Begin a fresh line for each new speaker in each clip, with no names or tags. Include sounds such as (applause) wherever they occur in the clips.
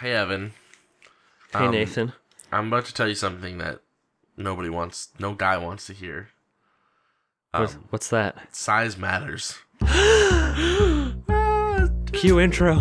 Hey, Evan.
Hey,
Um,
Nathan.
I'm about to tell you something that nobody wants, no guy wants to hear.
What's,
Um,
what's that?
size matters.
Cue intro.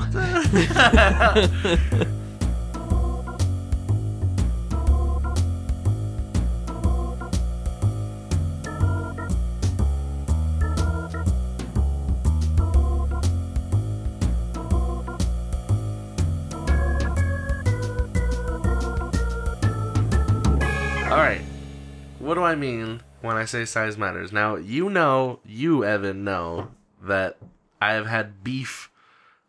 All right. What do I mean when I say size matters? Now, you know, you, Evan, know that I have had beef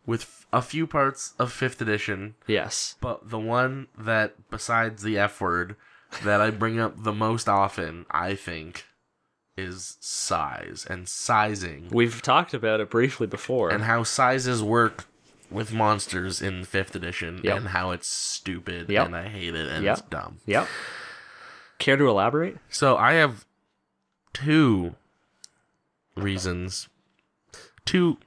with f- a few parts of 5th edition,
Yes.
but the one that, besides the F word, that I bring up the most often, I think, is size and sizing.
We've talked about it briefly before.
and how sizes work with monsters in fifth edition
Yep.
and how it's stupid
Yep.
and I hate it and it's
Yep.
dumb.
yep. Care to elaborate?
So I have two reasons. Two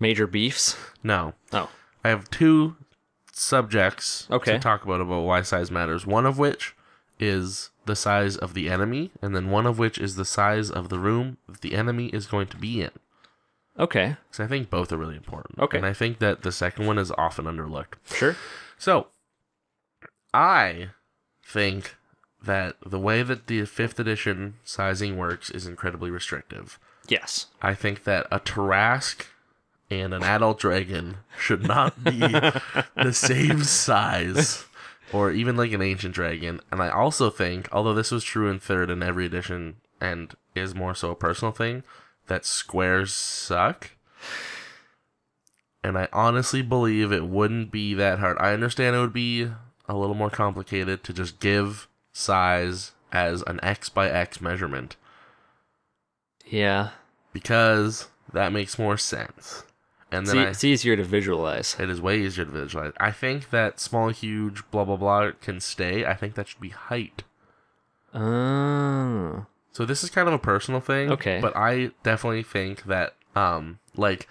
Major beefs?
no.
Oh.
I have two subjects
Okay.
to talk about about why size matters. One of which is the size of the enemy, and then one of which is the size of the room that the enemy is going to be in.
Okay.
Because I think both are really important.
Okay.
And I think that the second one is often underlooked.
Sure.
So, I think that the way that the fifth edition sizing works is incredibly restrictive.
Yes.
I think that a Tarrasque and an adult dragon should not be the same size, or even like an ancient dragon. And I also think, although this was true in third and every edition, and is more so a personal thing, that squares suck. And I honestly believe it wouldn't be that hard. I understand it would be a little more complicated to just give size as an X by X measurement
Yeah.
because that makes more sense. And
It's,
then
e-
I,
it's easier to visualize.
it is way easier to visualize. I think that small, huge, blah blah blah can stay. I think that should be height.
Oh.
So this is kind of a personal thing.
Okay.
But I definitely think that um like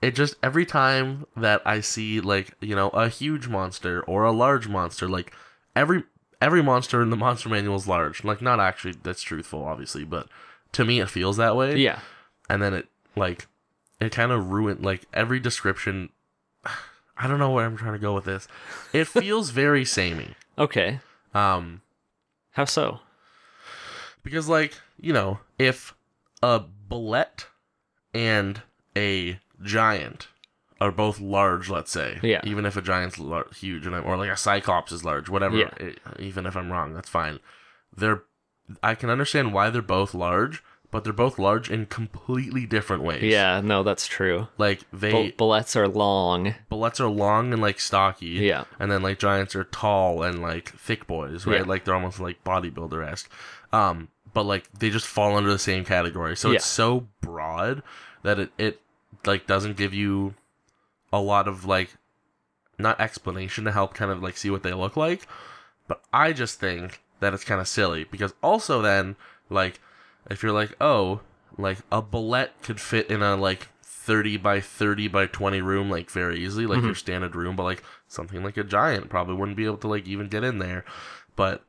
it just every time that I see like, you know, a huge monster or a large monster, like every every monster in the (laughs) monster manual is large. Like not actually that's truthful obviously, but to me it feels that way.
Yeah.
and then it like it kind of ruined like every description (sighs) i don't know where i'm trying to go with this it
(laughs)
feels very samey
Okay.
um
How so?
because like you know if a bullet and a giant are both large let's say
Yeah.
even if a giant's lar- huge and I'm, or like a cyclops is large whatever
Yeah.
it- even if i'm wrong that's fine they're i can understand why they're both large but they're both large in completely different ways
Yeah, no, that's true.
like they
Bul- bullets are long.
bullets are long and like stocky.
Yeah.
And then like giants are tall and like thick boys, right?
Yeah.
Like they're almost like bodybuilder esque. Um, but like they just fall under the same category. So
Yeah.
it's so broad that it, it like doesn't give you a lot of like not explanation to help kind of like see what they look like. But I just think that it's kind of silly because also then like if you're like oh like a bullet could fit in a like 30 by 30 by 20 room like very easily like your standard room but like something like a giant probably wouldn't be able to like even get in there but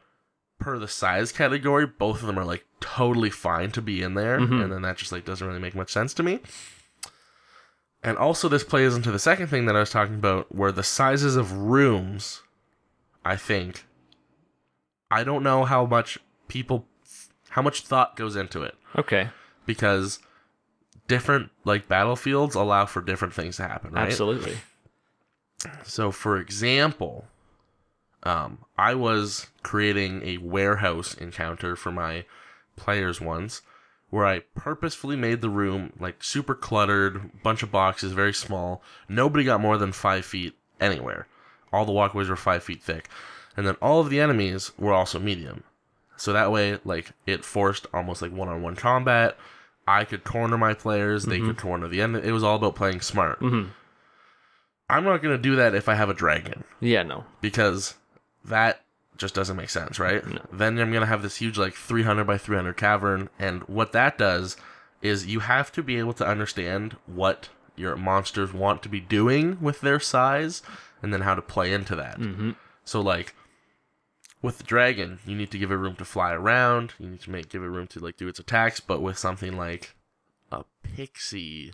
per the size category both of them are like totally fine to be in there
Mhm.
and then that just like doesn't really make much sense to me and also this plays into the second thing that i was talking about where the sizes of rooms i think i don't know how much people how much thought goes into it
Okay.
because different like battlefields allow for different things to happen right
Absolutely.
so for example um, i was creating a warehouse encounter for my players once where i purposefully made the room like super cluttered bunch of boxes very small nobody got more than five feet anywhere all the walkways were five feet thick and then all of the enemies were also medium so that way like it forced almost like one-on-one combat i could corner my players they could corner the enemy it was all about playing smart
Mhm.
i'm not going to do that if i have a dragon
Yeah, no.
because that just doesn't make sense, right?
No.
Then I'm gonna have this huge like 300 by 300 cavern, and what that does is you have to be able to understand what your monsters want to be doing with their size and then how to play into that.
Mm-hmm.
So like with the dragon, you need to give it room to fly around. You need to make give it room to like do its attacks. But with something like a pixie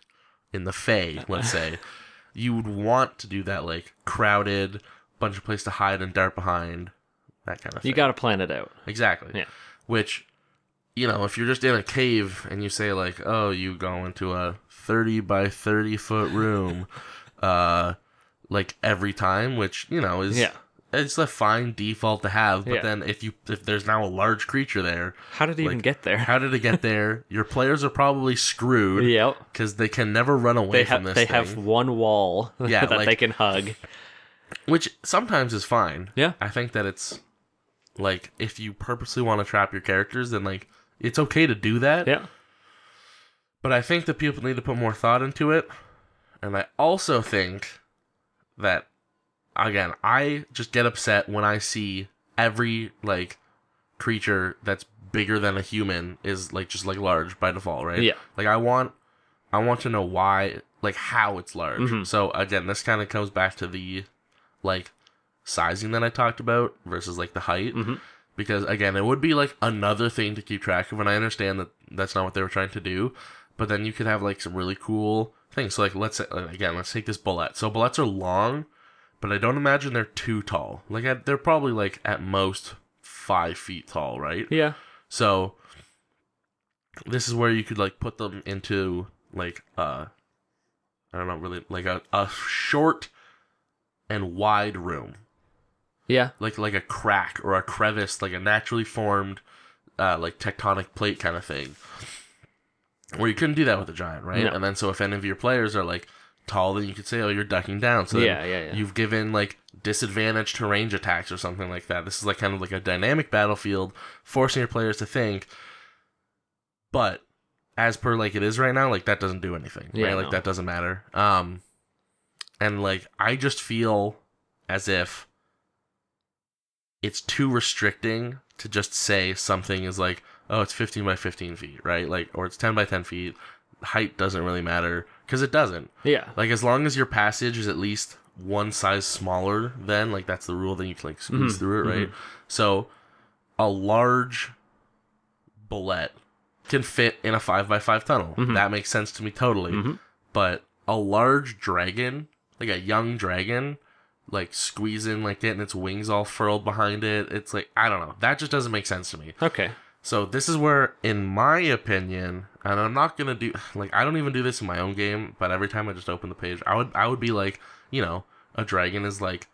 in the Fae, let's
(laughs)
say, you would want to do that like crowded, bunch of place to hide and dart behind, that kind of thing.
You got to plan it out.
exactly.
Yeah.
Which, you know, if you're just in a cave and you say like, oh, you go into a thirty by thirty foot
(laughs)
room, uh, like every time, which you know is
Yeah.
it's a fine default to have, but
Yeah.
then if you if there's now a large creature there,
How did it even
Like,
get there?
how did it get there? Your players are probably screwed
yep.
because they can never run away
They
from
have
this
they
thing,
have one wall (laughs)
Yeah,
that
like-
they can hug.
which sometimes is fine.
Yeah.
I think that it's like if you purposely want to trap your characters, then like it's okay to do that.
Yeah.
But I think that people need to put more thought into it, and I also think that again, I just get upset when I see every like creature that's bigger than a human is like just like large by default, right?
Yeah.
Like I want I want to know why like how it's large.
Mhm.
So again, this kind of comes back to the like sizing that I talked about versus like the height
Mhm.
because again, it would be like another thing to keep track of and I understand that that's not what they were trying to do, but then you could have like some really cool things. So like let's say, again, let's take this bullet. So bullets are long, but I don't imagine they're too tall. Like I, they're probably like at most 5 feet tall, right?
Yeah.
So this is where you could like put them into like uh I don't know really like a, a short and wide room.
Yeah.
Like like a crack or a crevice, like a naturally formed uh like tectonic plate kind of thing. Where you couldn't do that with a giant, right?
No.
And then so if any of your players are like tall, then you could say, Oh, you're ducking down. So then
yeah. Yeah. Yeah.
You've given like disadvantage to range attacks or something like that. This is like kind of like a dynamic battlefield, forcing your players to think. But as per like it is right now, like that doesn't do anything.
Yeah,
right? Like
no.
that doesn't matter. Um and like I just feel as if it's too restricting to just say something is like, oh, it's 15 by 15 feet, right? Like, or it's 10 by 10 feet. Height doesn't really matter because it doesn't.
yeah.
Like as long as your passage is at least one size smaller, then like that's the rule. Then you can like squeeze
Mhm,
through it, right? So a large bullet can fit in a five by five tunnel.
Mhm.
That makes sense to me totally.
Mhm.
But a large dragon, like a young dragon, like squeezing, like getting its wings all furled behind it. It's like I don't know. That just doesn't make sense to me.
Okay.
So this is where, in my opinion, and I'm not gonna do (sighs) like I don't even do this in my own game, but every time I just open the page, I would I would be like, you know, a dragon is like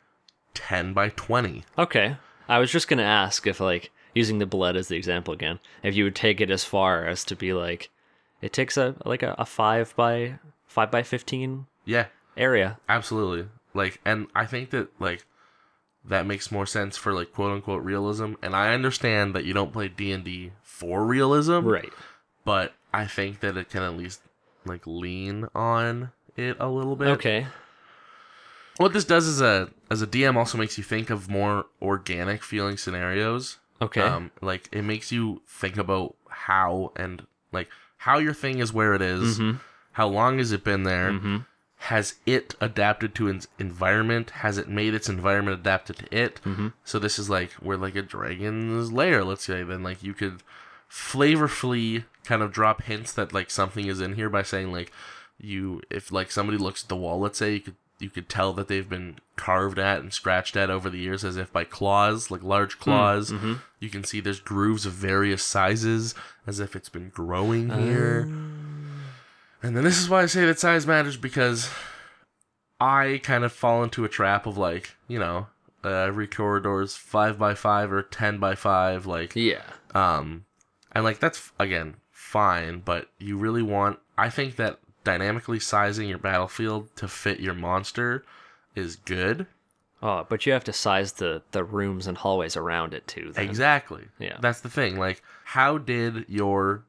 ten by twenty.
Okay. I was just gonna ask if like using the blood as the example again, if you would take it as far as to be like it takes a like a, a five by five by fifteen
Yeah,
area.
absolutely. Like, and I think that like that makes more sense for like quote unquote realism. And I understand that you don't play D and D for realism,
Right.
but I think that it can at least like lean on it a little bit.
Okay.
what this does is a as a DM also makes you think of more organic feeling scenarios.
Okay.
Um, like it makes you think about how and like how your thing is where it is,
Mhm.
How long has it been there?
Mhm.
Has it adapted to its environment? Has it made its environment adapted to it?
Mhm.
So this is like where like a dragon's lair, let's say. Then like you could flavorfully kind of drop hints that like something is in here by saying like you if like somebody looks at the wall, let's say you could you could tell that they've been carved at and scratched at over the years as if by claws, like large claws.
mhm.
You can see there's grooves of various sizes as if it's been growing here. And then this is why I say that size matters because I kind of fall into a trap of like, you know, uh, every corridor is five by five or ten by five, like,
Yeah.
um, and like that's again fine, but you really want. I think that dynamically sizing your battlefield to fit your monster is good.
Oh, but you have to size the the rooms and hallways around it too. Then.
Exactly.
Yeah.
That's the thing. Like, how did your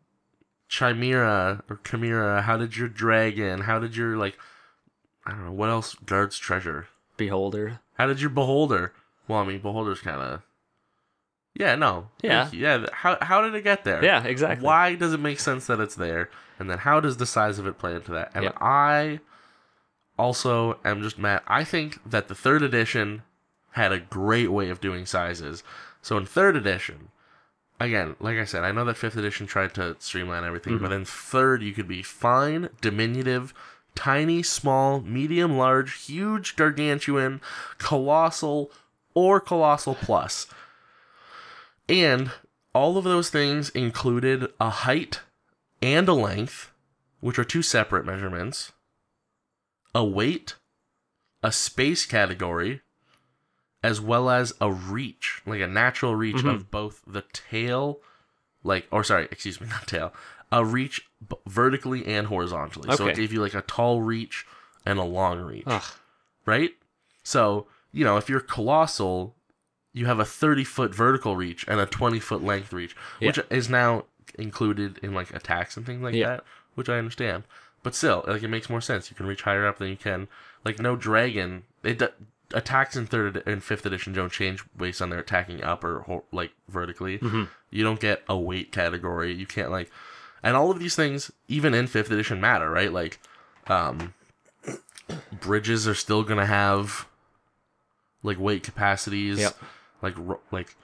Chimera or Chimera, how did your dragon, how did your, like, I don't know, what else guards treasure?
Beholder.
How did your Beholder? Well, I mean, Beholder's kind of. Yeah, no.
Yeah.
Like, yeah. th- How, how did it get there?
Yeah. Exactly.
Why does it make sense that it's there? And then how does the size of it play into that? And
Yep.
I also am just mad. I think that the third edition had a great way of doing sizes. So in third edition, again, like I said, I know that fifth edition tried to streamline everything,
Mm-hmm.
but in third, you could be fine, diminutive, tiny, small, medium, large, huge, gargantuan, colossal, or colossal plus. And all of those things included a height and a length, which are two separate measurements, a weight, a space category, as well as a reach, like a natural reach of
Mm-hmm.
both the tail, like, or sorry, excuse me, (laughs) not tail, a reach b- vertically and horizontally. So it
Okay.
gave you like a tall reach and a long reach
Ugh.
right? So, you know, if you're colossal, you have a 30 foot vertical reach and a 20 foot length reach, which is now included in like attacks and things like
Yeah.
that, which I understand. But still, like it makes more sense. You can reach higher up than you can. Like no dragon, it do- attacks in third ed- and fifth edition don't change based on their attacking up or ho- like vertically. You don't get a weight category. You can't like, and all of these things, even in fifth edition, matter, right? Like, um, bridges are still gonna have like weight capacities.
Yep.
Like ro- like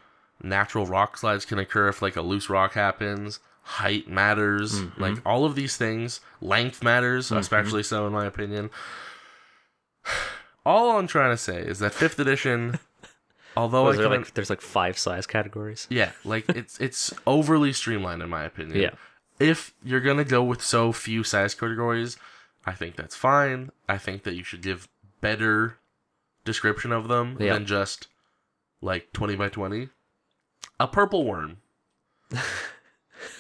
natural rock slides can occur if like a loose rock happens. Height matters.
Mm-hmm.
Like all of these things. Length matters, especially so in my opinion. (sighs) All I'm trying to say is that fifth
(laughs)
edition, although
Oh,
I
there
can
like there's like five size categories.
yeah, like it's it's overly streamlined in my opinion.
Yeah.
If you're gonna go with so few size categories, I think that's fine. I think that you should give better description of them
Yeah.
than just like twenty by twenty. A purple worm
(laughs)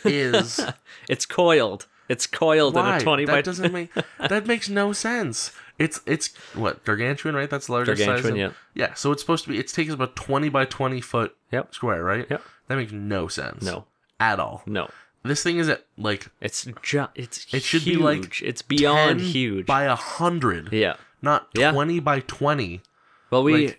is
It's coiled. It's coiled in
why
a twenty
that
by
doesn't make that makes no sense. It's it's what gargantuan, right? That's the largest size.
gargantuan.
in-
Yeah.
Yeah, so it's supposed to be. It takes about twenty by twenty foot
(laughs) Yep.
square, right?
Yep.
That makes no sense.
No.
At all.
No.
This thing is at like
It's ju- It's
It should be, like,
huge. It's beyond
10
huge.
by a hundred,
yeah.
not
Yeah.
twenty by twenty.
Well, we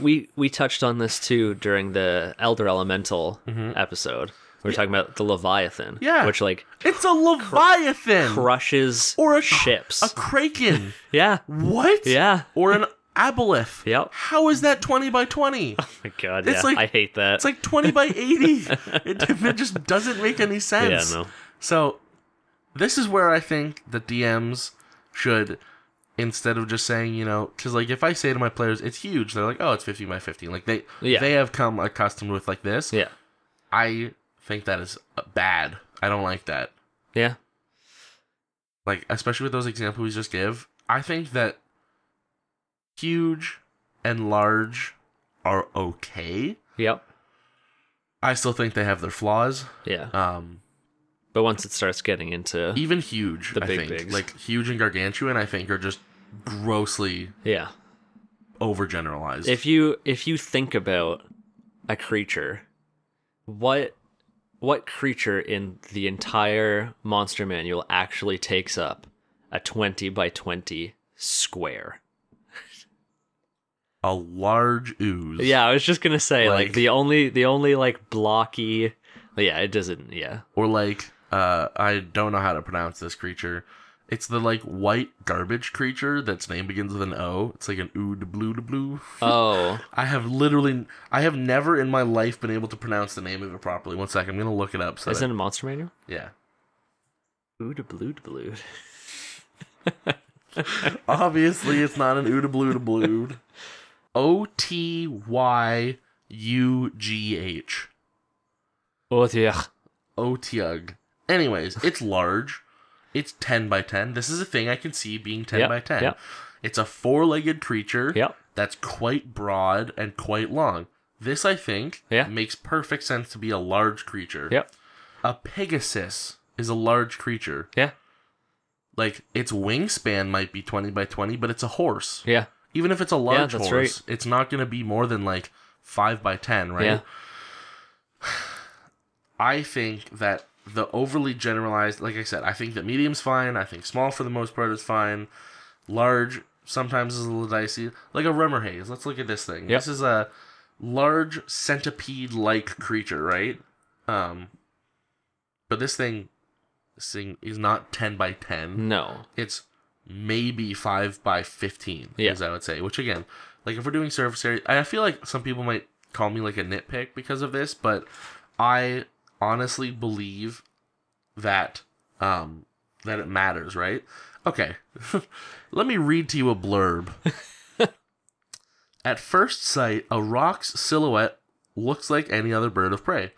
we we touched on this too during the Elder Elemental episode. We were talking about the Leviathan,
Mm-hmm. Yeah.
which like
It's a leviathan
crushes
or a
ships.
a
(laughs)
kraken.
yeah,
what?
yeah.
Or an aboleth.
Yep.
How is that twenty by twenty?
Oh my god,
It's
yeah.
like-
I hate that.
It's like twenty
(laughs)
by eighty. It, it just doesn't make any
yeah,
sense.
no.
So this is where I think the DMs should instead of just saying, you know, cuz like if I say to my players it's huge, they're like, "Oh, it's 15 by 15." Like they
Yeah.
they have come accustomed with like this.
Yeah,
I think that is uh, bad. I don't like that.
yeah,
Like especially with those examples we just give, I think that huge and large are okay.
yep,
I still think they have their flaws.
yeah.
Um
But once it starts getting into
even huge,
The
I
big
think.
bigs.
Like huge and gargantuan, I think are just grossly
yeah,
overgeneralized.
if you if you think about a creature what what creature in the entire monster manual actually takes up a 20 by 20 square
a large ooze.
yeah i was just gonna say like,
Like-
the only the only like blocky yeah it
(laughs)
doesn't yeah
Or like uh I don't know how to pronounce this creature. It's the like white garbage creature that's name begins with an O. It's like an ood blue blue.
oh
I have literally I have never in my life been able to pronounce the name of it properly. One sec, I'm gonna look it up. So
is
that-
it a monster manual
yeah.
Ood blood blood.
Obviously it's not an ood blue blue. O T Y U G H.
Oh yeah.
Otiug. Anyways, it's large. It's 10 by 10. This is a thing I can see being 10
Yep,
by 10.
yep.
It's a four legged creature
Yep.
that's quite broad and quite long. This, I think,
Yeah.
makes perfect sense to be a large creature.
Yep.
A Pegasus is a large creature.
Yeah.
Like, its wingspan might be 20 by 20, but it's a horse.
Yeah.
Even if it's a large
that's
horse,
right.
it's not going to be more than like 5 by 10, right?
Yeah.
I think that the overly generalized, like I said, I think that medium's fine. I think small for the most part is fine. Large sometimes is a little dicey. Like a rummer haze. Let's look at this thing.
Yep.
This is a large centipede-like creature, right? Um, but this thing, this thing is not ten by ten.
No.
It's maybe five by fifteen
Yeah.
as I would say. Which again, like if we're doing surface area, I feel like some people might call me like a nitpick because of this, but I honestly believe that um that it matters, right? Okay. (laughs) Let me read to you a blurb. At first sight, a rock's silhouette looks like any other bird of prey.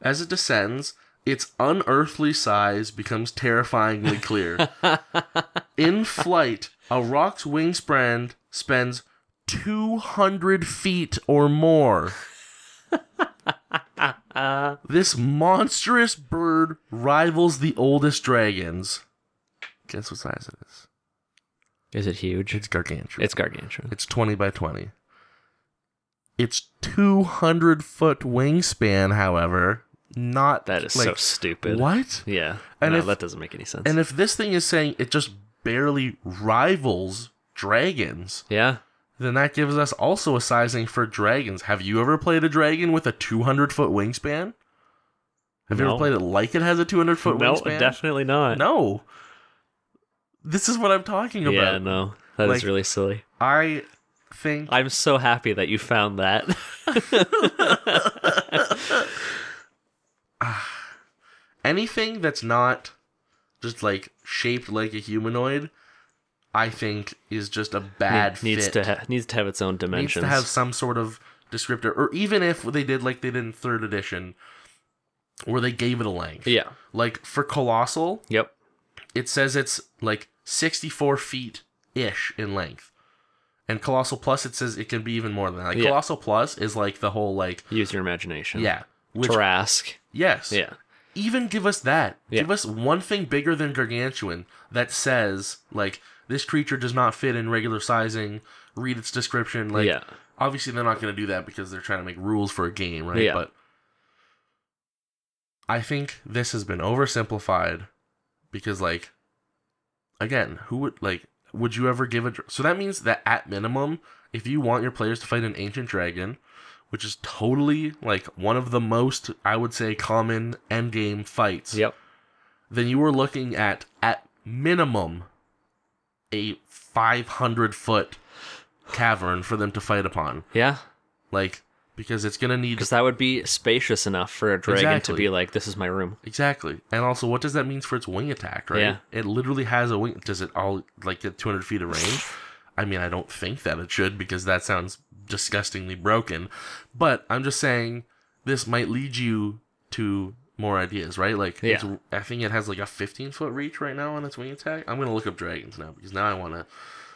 As it descends, its unearthly size becomes terrifyingly clear. In flight, a rock's wingspan spends 200 feet or more.
Uh,
This monstrous bird rivals the oldest dragons. Guess what size it is?
is it huge?
It's gargantuan.
It's gargantuan.
It's 20 by 20. Its 200 foot wingspan, however, not
That is so
like,
stupid.
What?
Yeah.
And
no,
if-
that doesn't make any sense.
And if this thing is saying it just barely rivals dragons,
yeah.
then that gives us also a sizing for dragons. Have you ever played a dragon with a 200 foot wingspan? Have you ever
No.
played it like it has a 200 foot
no,
wingspan?
definitely not.
No. This is what I'm talking about.
Yeah, no. that
Like-
is really silly.
I think
I'm so happy that you
(laughs)
found that.
anything that's not just like shaped like a humanoid, I think is just a bad
Need- needs
fit.
to ha- needs to have its own
needs
dimensions.
to have some sort of descriptor, or even if they did like they did in third edition, where they gave it a length.
yeah.
Like for colossal,
Yep.
it says it's like sixty-four feet ish in length, and colossal plus it says it can be even more than that. Like
Yeah.
colossal plus is like the whole like
Use your imagination.
yeah. Which,
Trask.
yes.
Yeah.
even give us that.
Yeah.
Give us one thing bigger than gargantuan that says like this creature does not fit in regular sizing. Read its description. Like
yeah.
obviously they're not going to do that because they're trying to make rules for a game, right?
Yeah.
But I think this has been oversimplified because like again, who would like would you ever give a dra- so that means that at minimum, if you want your players to fight an ancient dragon, which is totally like one of the most I would say common end game fights
Yep.
then you were looking at at minimum a 500 foot cavern for them to fight upon
Yeah.
like because it's gonna need
Because that would be spacious enough for a dragon
Exactly.
to be like, "This is my room."
exactly and also what does that mean for its wing attack right
Yeah.
it literally has a wing does it all like get 200 feet of range i mean i don't think that it should because that sounds disgustingly broken but i'm just saying this might lead you to more ideas right like it's,
Yeah.
i think it has like a 15 foot reach right now on its wing attack i'm gonna look up dragons now because now i want to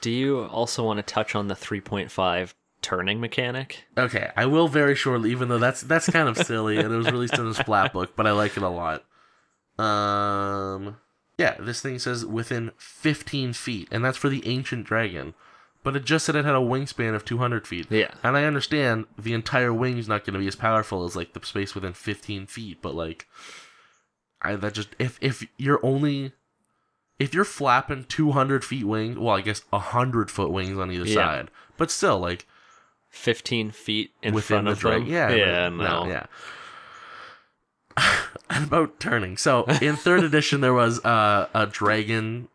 Do you also want to touch on the 3.5 turning mechanic?
Okay, I will very shortly, even though that's that's kind of silly, and it was released in the Splat book, but I like it a lot. Um, yeah, this thing says within 15 feet, and that's for the ancient dragon, but it just said it had a wingspan of 200 feet.
Yeah.
And I understand the entire wing is not going to be as powerful as like the space within 15 feet, but like, I that just if if you're only if you're flapping 200 feet wing, well, I guess 100 foot wings on either
Yeah.
side, but still like.
15 feet in
within
front
the
of them.
drag. Yeah,
Yeah.
but-
No.
yeah. (laughs) About turning. So in
(laughs)
third edition, there was uh, a dragon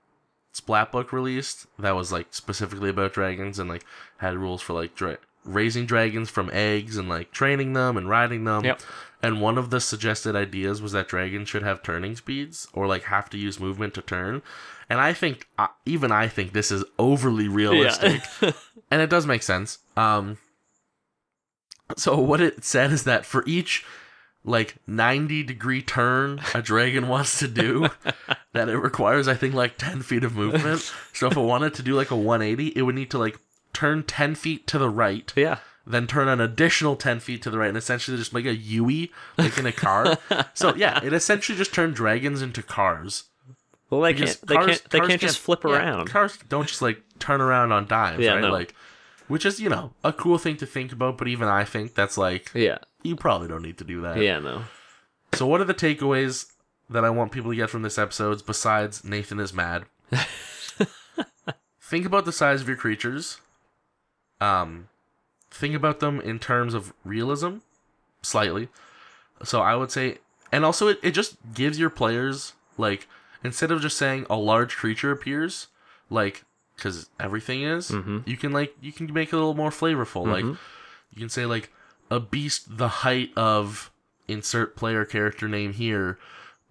splat book released that was like specifically about dragons and like had rules for like dra- raising dragons from eggs and like training them and riding them.
Yep.
And one of the suggested ideas was that dragons should have turning speeds or like have to use movement to turn. And I think uh, even I think this is overly realistic
(laughs) Yeah.
and it does make sense. Um, so (laughs) what it said is that for each like 90 degree turn a dragon (laughs) wants to do, that it requires I think like 10 feet of movement. So if it wanted to do like a 180, it would need to like turn 10 feet to the right,
yeah.
then turn an additional 10 feet to the right, and essentially just make a Yui like in a car. so yeah, it essentially just turned dragons into cars.
Well, they
Because
can't. They
cars-
can't. They
cars
can't just flip
yeah,
around.
Cars don't just like turn around on dimes,
Yeah,
right?
no.
Like, which is you know a cool thing to think about, but even I think that's like
yeah.
you probably don't need to do that.
Yeah. No.
So what are the takeaways that I want people to get from this episode besides Nathan is mad? think about the size of your creatures. Um, think about them in terms of realism, slightly. So I would say, and also it, it just gives your players like instead of just saying a large creature appears, like because everything is.
Mhm.
You can like you can make it a little more flavorful. Like
Mhm.
you can say like a beast the height of insert player character name here,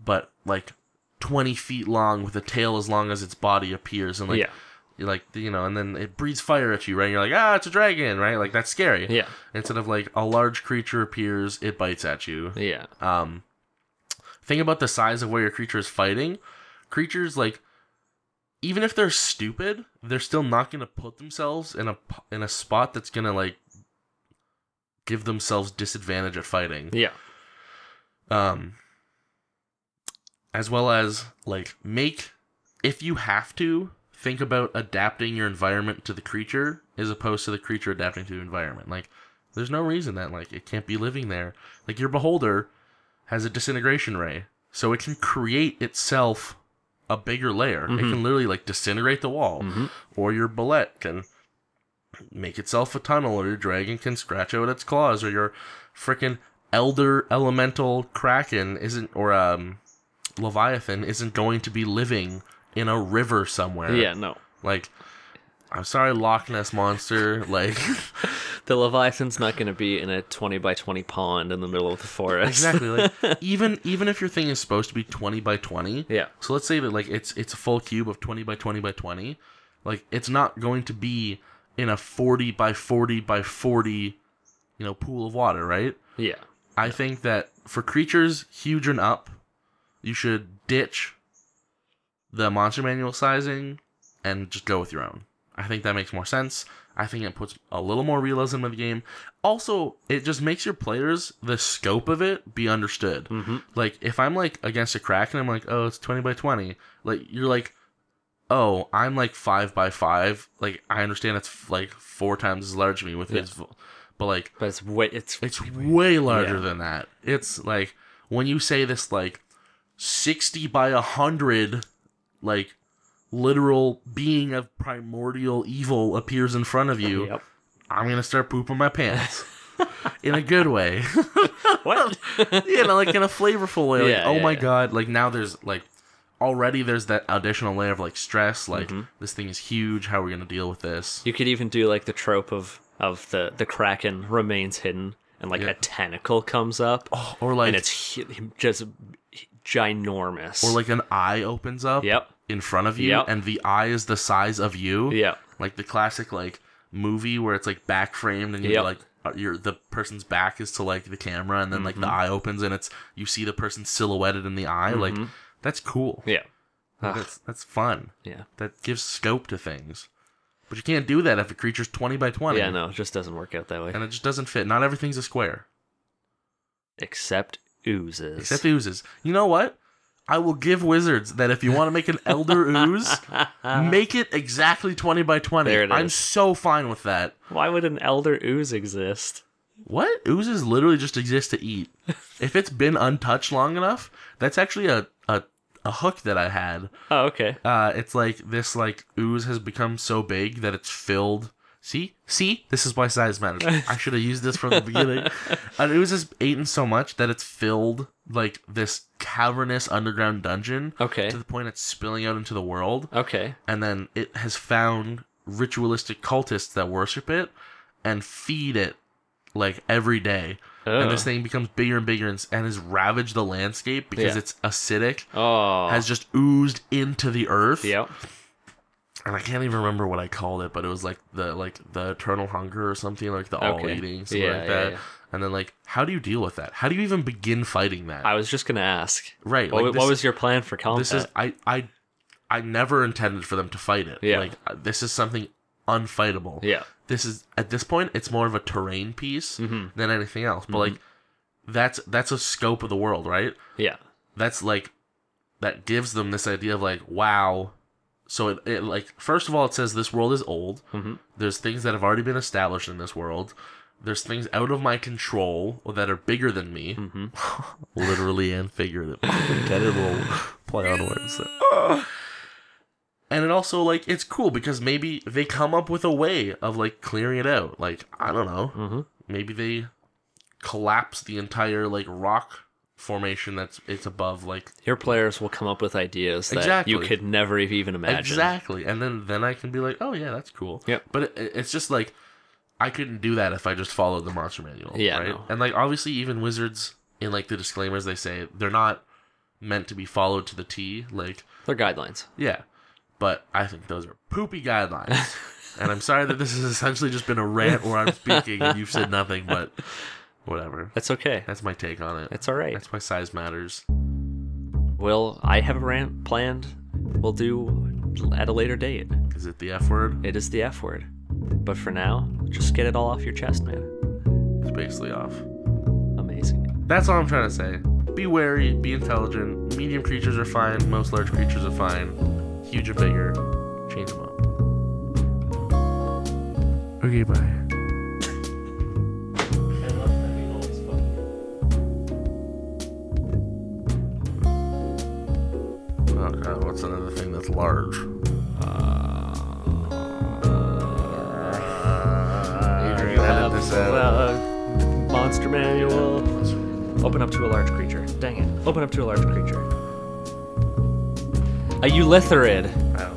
but like twenty feet long with a tail as long as its body appears, and like
yeah,
you like you know, and then it breathes fire at you, right? And you're like ah, it's a dragon, right? Like that's scary.
yeah,
Instead of like a large creature appears, it bites at you.
yeah.
Um, thing about the size of where your creature is fighting, creatures like even if they're stupid, they're still not going to put themselves in a p- in a spot that's going to like give themselves disadvantage at fighting.
Yeah.
Um, as well as like make if you have to think about adapting your environment to the creature as opposed to the creature adapting to the environment. Like there's no reason that like it can't be living there. Like your beholder has a disintegration ray, so it can create itself a bigger layer. It
Mhm.
can literally like disintegrate the wall,
hmm
or your bullet can make itself a tunnel, or your dragon can scratch out its claws, or your frickin' elder elemental kraken isn't, or um, leviathan isn't going to be living in a river somewhere.
Yeah, no.
Like, I'm sorry, Loch Ness monster. (laughs) like,
The Leviathan's not going to be in a 20 by 20 pond in the middle of the forest.
exactly. Like, even even if your thing is supposed to be 20 by 20,
(laughs) yeah.
So let's say that like it's it's a full cube of 20 by 20 by 20. Like it's not going to be in a 40 by 40 by 40 you know pool of water, right?
Yeah.
I think that for creatures huge and up, you should ditch the monster manual sizing and just go with your own. I think that makes more sense. I think it puts a little more realism in the game. Also, it just makes your players the scope of it be understood
hmm
like if I'm like against a crack and I'm like, oh, it's twenty by twenty, like you're like, oh, I'm like five by five. Like I understand it's f- like four times as large as me with
Yeah.
his, vo- but like
But it's way, it's,
it's way larger
Yeah.
than that. It's like when you say this like sixty by hundred, like literal being of primordial evil appears in front of you.
(laughs) Yep.
I'm gonna start pooping my pants. (laughs) In a good way. (laughs)
What?
you know, like in a flavorful way. Like,
Yeah,
oh
yeah,
my
yeah.
god! Like now there's like already there's that additional layer of like stress. Like
Mm-hmm.
this thing is huge. How are we gonna deal with this?
you could even do like the trope of, of the, the Kraken remains hidden and like
Yeah. Oh,
a tentacle comes up
Or like
and it's hu- just ginormous.
or like an eye opens up
yep.
in front of you,
Yep.
and the eye is the size of you.
Yep.
Like the classic like movie where it's like back framed and you're
Yep.
like uh, you're the person's back is to like the camera and then like the
Mm-hmm.
eye opens and it's you see the person silhouetted in the eye like that's cool
Mm-hmm. Yeah. Ugh.
that's that's fun
Yeah.
that gives scope to things. But you can't do that if a creature's 20 by 20.
Yeah, no, it just doesn't work out that way.
And it just doesn't fit. Not everything's a square,
Except oozes.
except oozes. You know what? I will give wizards that if you want to make an
(laughs)
elder ooze, make it exactly 20 by 20.
There it
I'm
is.
so fine with that.
Why would an elder ooze exist?
What? Oozes literally just exist to eat. if it's been untouched long enough, that's actually a, a, a hook that I had.
Oh, okay.
Uh, it's like this like ooze has become so big that it's filled. See, see, this is why size matters. I should have used this from the beginning. An ooze has eaten so much that it's filled like this cavernous underground dungeon
Okay.
to the point it's spilling out into the world,
Okay.
and then it has found ritualistic cultists that worship it and feed it like every day.
Oh.
And this thing becomes bigger and bigger and, s- and has ravaged the landscape because
Yeah.
it's acidic.
oh.
Has just oozed into the earth
Yep.
and I can't even remember what I called it, but it was like the like the eternal hunger or something like the all
Okay.
eating something
Yeah,
like
yeah,
that.
yeah.
And then like, how do you deal with that? How do you even begin fighting that?
I was just gonna ask.
right.
What,
like,
what
this-
was your plan for combat?
this is I I I never intended for them to fight it.
Yeah.
Like uh, this is something unfightable.
yeah.
This is at this point it's more of a terrain piece
Mhm.
than anything else. But like that's that's a scope of the world, right?
Yeah.
that's like that gives them this idea of like wow so it, it like first of all it says this world is old
Mhm.
there's things that have already been established in this world there's things out of my control or that are bigger than me
Mm-hmm.
(laughs) literally and figurative incredible play on words there. and it also like it's cool because maybe they come up with a way of like clearing it out like i don't know
Mm-hmm.
maybe they collapse the entire like rock formation that's it's above like
Your players will come up with ideas that you
Exactly.
could never have even imagined.
exactly, and then then I can be like, oh yeah, that's cool.
Yep.
But it, it's just like I couldn't do that if I just followed the monster manual.
Yeah,
Right.
no.
And like obviously, even wizards in like the disclaimers they say they're not meant to be followed to the T. Like
They're guidelines.
yeah, but I think those are poopy
(laughs)
guidelines. and I'm sorry that this has essentially just been a rant where I'm speaking and you've said nothing, but whatever.
That's okay.
That's my take on it.
That's all right.
That's why size matters.
Will I have a rant planned? We'll do at a later date.
Is it the F word?
It is the F word. But for now, just get it all off your chest, man.
It's basically off.
Amazing.
That's all I'm trying to say. Be wary, be intelligent. Medium creatures are fine, most large creatures are fine. Huge and bigger, change them up. Okay, bye. Oh god, what's another thing that's large? Adrian, edit this out.
Uh, monster manual. Open up to a large creature. Dang it. Open up to a large creature. A eulitharid.
I